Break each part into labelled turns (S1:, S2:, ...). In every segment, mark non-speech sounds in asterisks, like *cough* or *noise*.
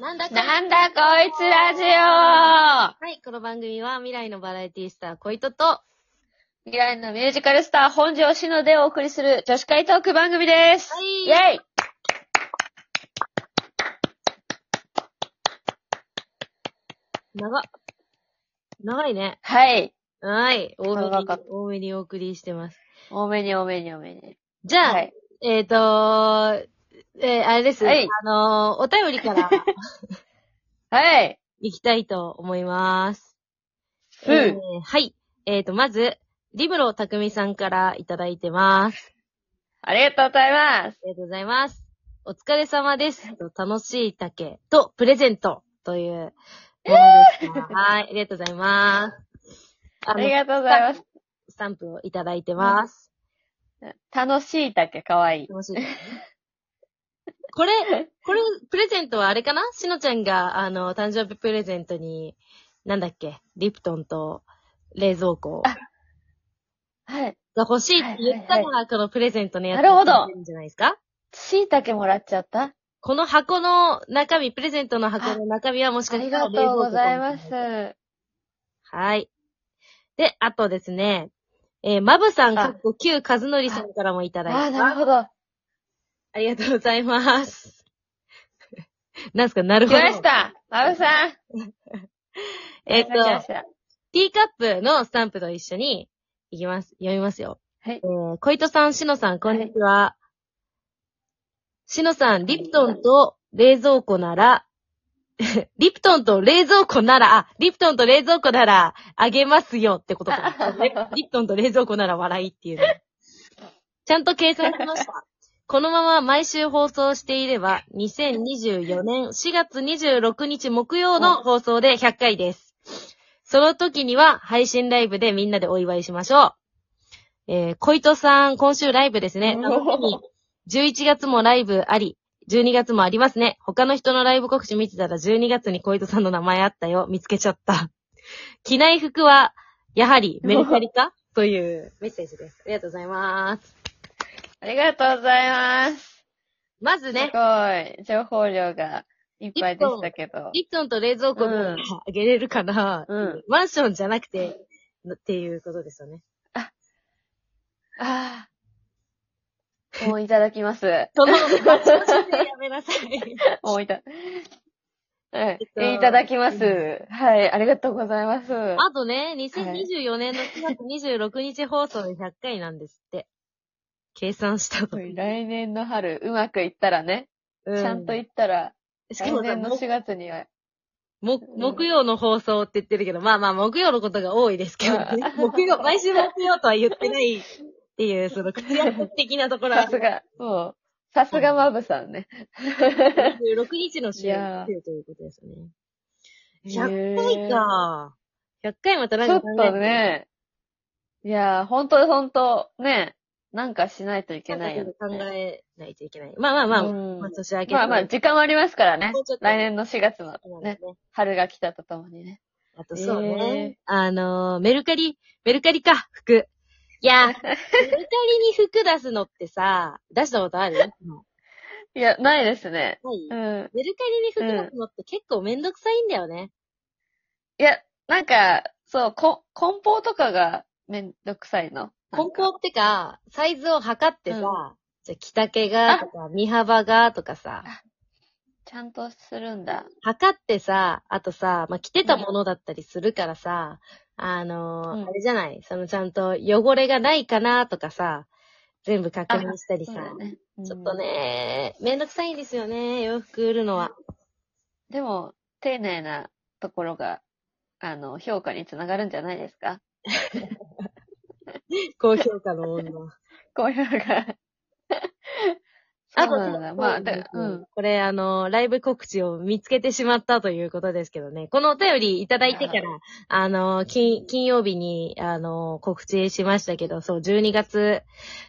S1: なんだこいつラ
S2: はい、この番組は未来のバラエティスター、小糸と、
S1: ジオ未来のミュージカルスター、本庄しのでお送りする女子会トーク番組です。イ
S2: はい、
S1: ェイ
S2: 長っ、長いね。
S1: はい。
S2: はい、多め
S1: 長
S2: に
S1: かっ、
S2: 多めにお送りしてます。
S1: 多めに多めに多めに。
S2: じゃあ、
S1: はい。
S2: えっ、ー、とえーあれです。
S1: はい
S2: あのーお便りから
S1: はい。
S2: 行きたいと思います。
S1: うん
S2: えーはい。えっ、と、まず、リブロたくみさんからいただいてます。
S1: ありがとうございます。
S2: ありがとうございます。お疲れ様です。と楽しい竹とプレゼントというものでした。はい、ありがとうございます。あ
S1: あ
S2: の
S1: りがとうございま
S2: ス
S1: す。
S2: タンプをいただいてます。
S1: 楽しいだけかわいい。
S2: 楽しいですね。これ、これ、プレゼントはあれかなしのちゃんが、あの、誕生日プレゼントに、なんだっけ、リプトンと冷蔵庫が
S1: はい。
S2: 欲しいって言ったから、このプレゼントのやつ
S1: なるほど
S2: いいんじゃないですか
S1: しいたけもらっちゃった
S2: この箱の中身、プレゼントの箱の中身はもし
S1: あ
S2: かし
S1: り
S2: たら
S1: が
S2: 冷蔵庫
S1: と
S2: かも
S1: うご
S2: しれな
S1: ざいます。
S2: はい。で、あとですね、えーマブさん、
S1: あ
S2: かっこ旧和則さんからもいただい
S1: ああ、
S2: てます
S1: なるほど。
S2: ありがとうございます。 *laughs* なんすか、なる
S1: 来
S2: ほど。
S1: ましたまぶ *laughs* さん
S2: えっ、と
S1: 来、ました。
S2: ティーカップのスタンプと一緒に、いきます。読みますよ。
S1: はい
S2: えー、小糸さん、しのさん、こんにちは。しのさん、リプトンと冷蔵庫なら、 *laughs* リプトンと冷蔵庫なら、あ、リプトンと冷蔵庫なら、あげますよってことか。
S1: *laughs*
S2: リプトンと冷蔵庫なら笑いっていうね。ちゃんと計算しました。このまま毎週放送していれば、2024年4月26日木曜の放送で100回です。その時には配信ライブでみんなでお祝いしましょう。えー、小糸さん、今週ライブですね。楽しみ11月もライブあり、12月もありますね。他の人のライブ告知見てたら12月に小糸さんの名前あったよ。見つけちゃった。着ない服は、やはりメルカリ
S1: *laughs*
S2: かというメッセージです。ありがとうございます。
S1: ありがとうございます。
S2: まずね、
S1: すごい。情報量がいっぱいでしたけど。
S2: リプトンと冷蔵庫
S1: う
S2: があ
S1: ん
S2: げれるかな、
S1: うん
S2: マンションじゃなくて、っていうことですよね。
S1: ああ。もういただきます。
S2: その、やめなさい。
S1: *laughs* もういた。はい
S2: えっと。
S1: いただきます。はい。ありがとうございます。
S2: あとね、2024年の9月26日放送の100回なんですって。計算したと。
S1: 来年の春、うまくいったらね。
S2: う
S1: ちゃんといったら、
S2: しか
S1: 来
S2: もさ
S1: 年の
S2: も
S1: 4月には。
S2: も
S1: うん
S2: 木曜の放送って言ってるけど、まあまあ木曜のことが多いですけど、ね、木曜、毎週木曜とは言ってないっていう、
S1: *laughs*
S2: その口約束的なところは
S1: さ、すが、もう、さすがマブさんね。
S2: 26日の週
S1: いやー
S2: ということですね。100
S1: 100
S2: 回。か。100回またなん
S1: ちょ
S2: か
S1: っとね、いやー、ほんとほんと、ね、なんかしないとい
S2: 考
S1: けないよね。
S2: えないといけない。まあまあまあ、
S1: うん
S2: まあ年明け
S1: まあまあ、時間はありますからね
S2: もうちょっ。と
S1: 来年の4月の
S2: そうで
S1: ね
S2: す、ね。
S1: 春が来たとともにね。
S2: あとそうね。
S1: えー
S2: あのー、メルカリ、メルカリか、服。い
S1: *laughs*
S2: やー、メルカリに服出すのってさ、出したことあ
S1: *laughs*
S2: る
S1: いや、ないですね。
S2: ない
S1: うん。
S2: メルカリに服出すのって結構めんどくさいんだよね。
S1: いや、なんか、そう、こ、梱包とかがめんどくさいの。
S2: 梱包ってか、サイズを測ってさ、
S1: うん
S2: じゃあ着丈がとか、身幅がとかさ、
S1: ちゃんとするんだ。
S2: 測ってさ、あとさ、まあ、着てたものだったりするからさ、あのー
S1: うん
S2: あれじゃない、そのちゃんと汚れがないかなとかさ、全部確認したり
S1: そ
S2: さ
S1: う、だね。
S2: ちょっとね、めんどくさいんですよね、洋服売るのは。
S1: うん。でも、丁寧なところが、あの、評価につながるんじゃないですか
S2: 高評価の女。
S1: こういうのが。
S2: *laughs* あ
S1: そ
S2: と
S1: うなんだ。まあ、だから、うん。
S2: これ、あの、ライブ告知を見つけてしまったということですけどね。このお便りいただいてから、あの、金、金曜日に、あの、告知しましたけど、そう、12月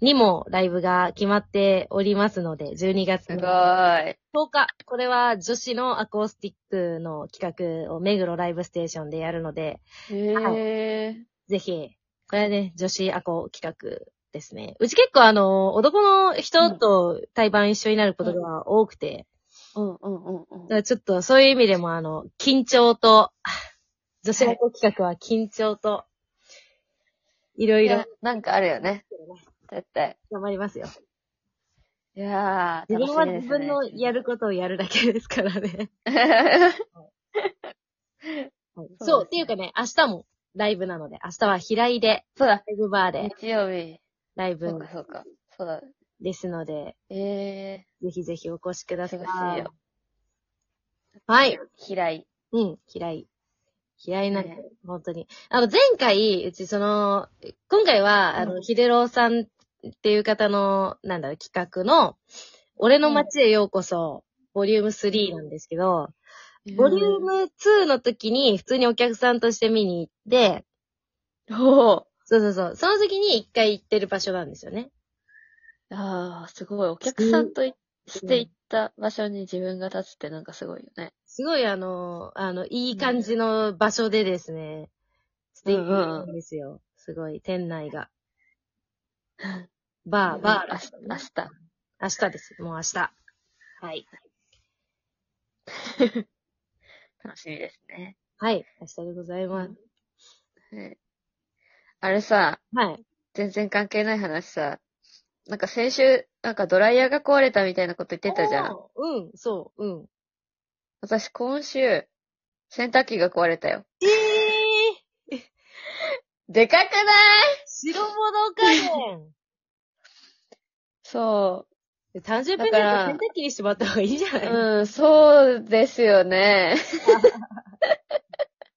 S2: にもライブが決まっておりますので、12月
S1: すご
S2: の
S1: ーい。
S2: 10日、これは女子のアコースティックの企画を目黒ライブステーションでやるので、
S1: へー。
S2: ぜひ、これはね、女子アコ企画ですね。うち結構あの、男の人と対バン一緒になることが多くて、
S1: うんうんうんうん
S2: だか。らちょっと、そういう意味でも、あの、緊張と、女子ラコ企画は緊張と、いろい
S1: い
S2: ろ
S1: や、なんかあるよね。絶対。
S2: 頑張りますよ。
S1: いやー、
S2: 自分
S1: 楽し
S2: は
S1: みで
S2: 自
S1: す
S2: 分
S1: ね。
S2: のやることをやるだけですからね。はい
S1: そうですね
S2: そう、っていうかね、明日もライブなので、明日は平井で、
S1: *laughs* そうだ、
S2: ライブバーで
S1: 日曜日。
S2: ライ
S1: そ
S2: ブ
S1: うか、そうか。そうだ。
S2: ですので、
S1: え
S2: ぜひぜひお越しください。
S1: 忙しいよ
S2: はい。
S1: ー、嫌い。
S2: うん、嫌い。嫌いなんで
S1: ね、
S2: 本当に。あの、前回、うちその、今回は、あ
S1: う
S2: の、
S1: ん
S2: ヒデロウさんっていう方の、なんだろう、企画の、俺の街へようこそ、ボリューム3なんですけど、ボリューム2の時に、普通にお客さんとして見に行って、
S1: おー
S2: そうそうそう、その時に一回行ってる場所なんですよね。
S1: あー、すごい。お客さんといしていった場所に自分が立つってなんかすごいよね。
S2: すごいあの、あの、いい感じの場所でですね、素敵なんですよ。すごい、店内
S1: *laughs*
S2: が。バー、バー、
S1: うん明日。
S2: 明日です。もう明日。はい。
S1: 明日楽しみですね。
S2: はい。明日でございます。
S1: ねあれさ、
S2: はい。
S1: 全然関係ない話さ、なんか先週、なんかドライヤーが壊れたみたいなこと言ってたじゃ
S2: お
S1: ん。
S2: ー。うん、そう、うん。
S1: 私今週、洗濯機が壊れたよ。
S2: ええー、
S1: でかくない
S2: 白物家 *laughs* 電
S1: そ
S2: 単純
S1: だから
S2: 洗濯機にしてもらった方がいいじゃな
S1: う。
S2: い、
S1: うん、そうですよね。 *laughs*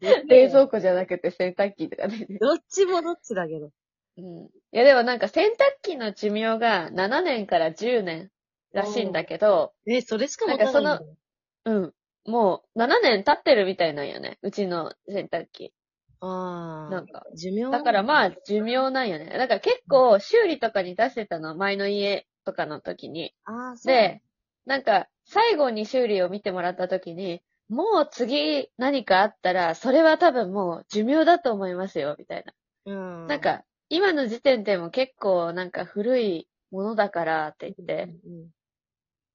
S1: 冷蔵庫じゃなくて洗濯機とかね。
S2: どっちもどっちだけど。
S1: うん。いやでもなんか洗濯機の寿命が7年から10年らしいんだけど、
S2: え、それしかも
S1: なんかうん。もう7年経ってるみたいなんよね。うちの洗濯機。
S2: ああ。
S1: なんか。
S2: 寿命
S1: だからまあ、寿命なんよね。だから結構修理とかに出してたの、前の家とかの時に。
S2: ああ、そう。
S1: で、なんか最後に修理を見てもらった時に、もう次何かあったら、それは多分もう寿命だと思いますよ、みたいな。
S2: うん。
S1: なん、か、今の時点でも結構なんか古いものだからって言って。
S2: うん。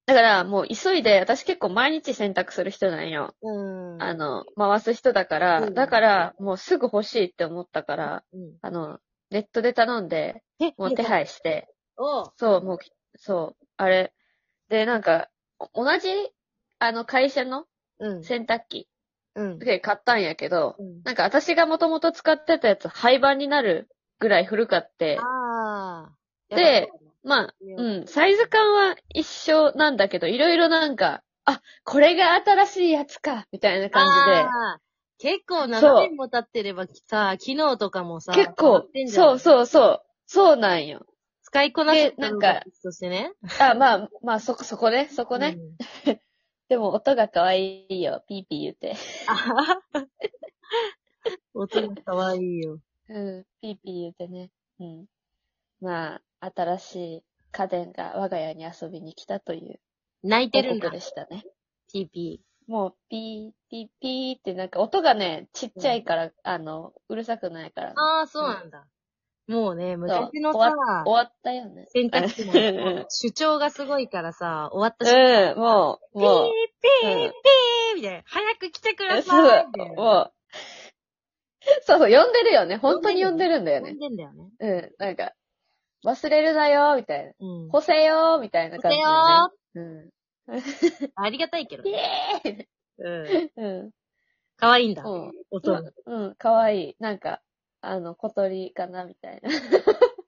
S1: だからもう急いで、私結構毎日洗濯する人なんよ。
S2: うん。
S1: あの、回す人だから、
S2: うん
S1: だからもうすぐ欲しいって思ったから、
S2: うん、
S1: あの、ネットで頼んで、
S2: え、
S1: もう手配して、
S2: おう。
S1: そう、もう、そう、あれ。で、なんか、同じ、あの、会社の
S2: うん。
S1: 洗濯機
S2: うん。
S1: で買ったんやけど、
S2: うん
S1: なんか私がもともと使ってたやつ廃盤になるぐらい古かって、
S2: ああ。
S1: で、まあ、
S2: う。
S1: うんん、サイズ感は一緒なんだけど、いろいろなんか、あ、これが新しいやつか、みたいな感
S2: あー結構
S1: そう
S2: 7年も経ってればさ、機能とかもさ、
S1: じで、結
S2: 変わ
S1: 構
S2: ってん、じゃな
S1: そ
S2: いう
S1: そうそう、そうなんよ。
S2: 使いこなせ
S1: でなんか、
S2: そしてね。
S1: あ、まあ、まあ、そこ、そこね、そこね。 *laughs*
S2: うん。
S1: でも音が可愛いよ、ピーピー言って。
S2: あはは音が可愛いよ。
S1: うん、ピーピー言ってね。うん。まあ、新しい家電が我が家に遊びに来たという
S2: 泣いて
S1: 報
S2: るんだ
S1: 告、でしたね。
S2: PP。
S1: もう、ピー、ピー、ピーってなんか音がね、ちっちゃいから、あの、うるさくないから。
S2: ああ、そうなんだ。もうね、昔の
S1: 終
S2: さ、
S1: 終わったよね。
S2: 選択肢も
S1: うん
S2: 主張がすごいからさ、終わった瞬間、
S1: うん、もう、
S2: ピー
S1: も
S2: ピ
S1: う
S2: ー
S1: ん
S2: ピーみたいな。早く来てく
S1: う、
S2: だ
S1: そ
S2: さいみた
S1: う
S2: い、な。
S1: もう。そうそう、呼んでるよね。本当に呼んでるんだよ
S2: 飛
S1: ね
S2: ん。でんだよね。
S1: うん、なんか、忘れるなよ、みたいな。
S2: うん。
S1: 干せよ、みたいな感じ
S2: よ
S1: だね。
S2: ーありがたいけど
S1: うん。イ
S2: ね。
S1: エーイ
S2: うん。
S1: うん。
S2: 可愛いんだ。
S1: うん。
S2: 音
S1: ま
S2: が。
S1: うん、かわいい。なんか、あの、小鳥かな、みたいな。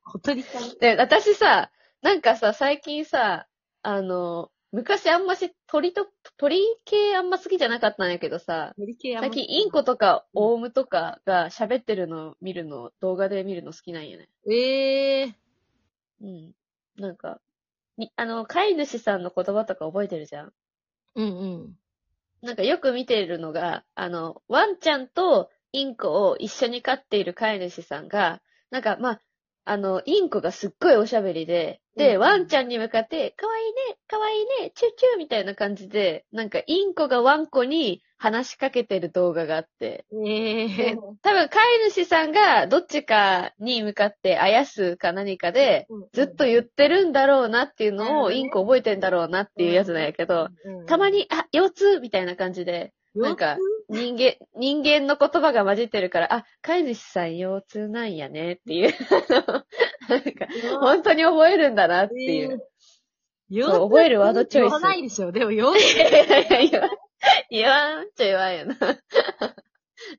S2: 小鳥さん。
S1: で、私さ、なんかさ、最近さ、あの、昔あんまし鳥と、鳥系あんま好きじゃなかったんやけどさ、
S2: 鳥系あんま
S1: 最近インコとかオウムとかが喋ってるのを見るの、動画で見るの好きなんやね。
S2: ええー。
S1: うん。なんか、に、あの、飼い主さんの言葉とか覚えてるじゃん
S2: うんうん。
S1: なんかよく見てるのが、あの、ワンちゃんとインコを一緒に飼っている飼い主さんが、なんかまあ、あの、インコがすっごいおしゃべりで、で、
S2: うん
S1: ワンちゃんに向かって、かわいいね、かわいいね、チューチューみたいな感じで、なんかインコがワンコに話しかけてる動画があって、
S2: え
S1: で
S2: え
S1: 多分飼い主さんがどっちかに向かってあやすか何かで、ずっと言ってるんだろうなっていうのを、
S2: うん
S1: インコ覚えてんだろうなっていうやつなんやけど、、たま
S2: に、
S1: に、あ、腰痛みたいな感じで、なんか人間、人間の言葉が混じってるから、あ、飼い主さん腰痛なんやねっていう、 *laughs* あのなんか、本当に覚えるんだなっていう。
S2: よ
S1: そう覚えるワードチョイス
S2: 言わないでしょ。でも、よく
S1: いやいやいや言わん、言わんっちゃ言わんよな。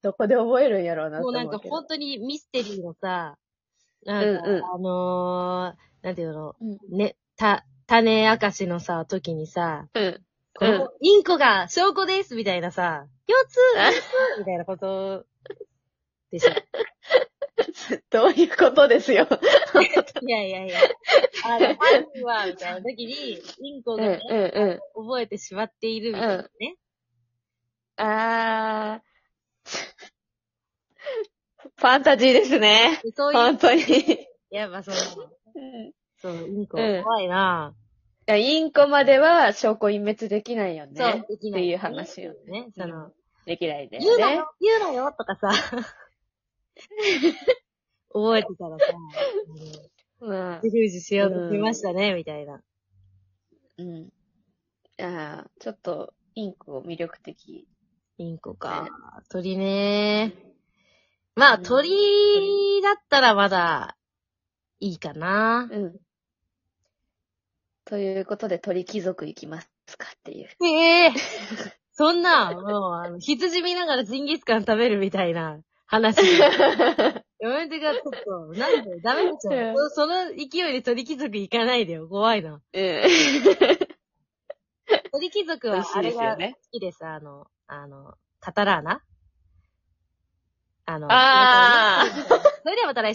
S1: どこで覚えるんやろうなって
S2: もう
S1: 思
S2: なんか
S1: うけど。
S2: 本当にミステリーのさ、なんか、
S1: うんうん
S2: あのー、なんていうの、
S1: うん
S2: ね、た、種明かしのさ、時にさ、
S1: うん。
S2: こ
S1: うん
S2: のインコが証拠ですみたいなさ、腰痛みたいなことでしょ。
S1: どういうことですよ。
S2: いやいやいや。あの、犯人は、みたいな時に、インコ
S1: うん
S2: が
S1: うん
S2: ね、
S1: う
S2: 覚えてしまっているみたいなね。
S1: ん。あー。ファンタジーですね。
S2: でそういう、
S1: 本当に。う
S2: いや、まあその、
S1: ん
S2: そう、インコ
S1: うん
S2: 怖いな、
S1: いやインコまでは証拠隠滅できないよ
S2: そう、
S1: ね。
S2: でき
S1: っていう話よ
S2: ね。その、
S1: できないで、
S2: 言うな
S1: ね
S2: よ。、言うなよとか
S1: *laughs*
S2: さ。覚えてたらさ、
S1: まあ
S2: 自封じしようとしましたね、みたいな。
S1: うん。ああ、ちょっと、インコ魅力的。
S2: インコか。鳥ね。まあ、
S1: うん
S2: 鳥だったらまだ、いいかな。
S1: うん。ということで、鳥貴族行きますかっていう。
S2: ええ *laughs* そんな、もう、あの、羊見ながらジンギスカン食べるみたいな話。
S1: *laughs*
S2: やめてください。ちょっと、なんで、ダメでし
S1: う
S2: ょ。
S1: ん
S2: そその勢いで鳥貴族行かないでよ。怖いな。鳥貴族
S1: *laughs* 美
S2: は
S1: 味、し
S2: あ
S1: いで
S2: れ
S1: す
S2: が
S1: よ
S2: 好
S1: ね。
S2: きです。あの、あの、カタラーナあの、
S1: あー
S2: それではまた来週。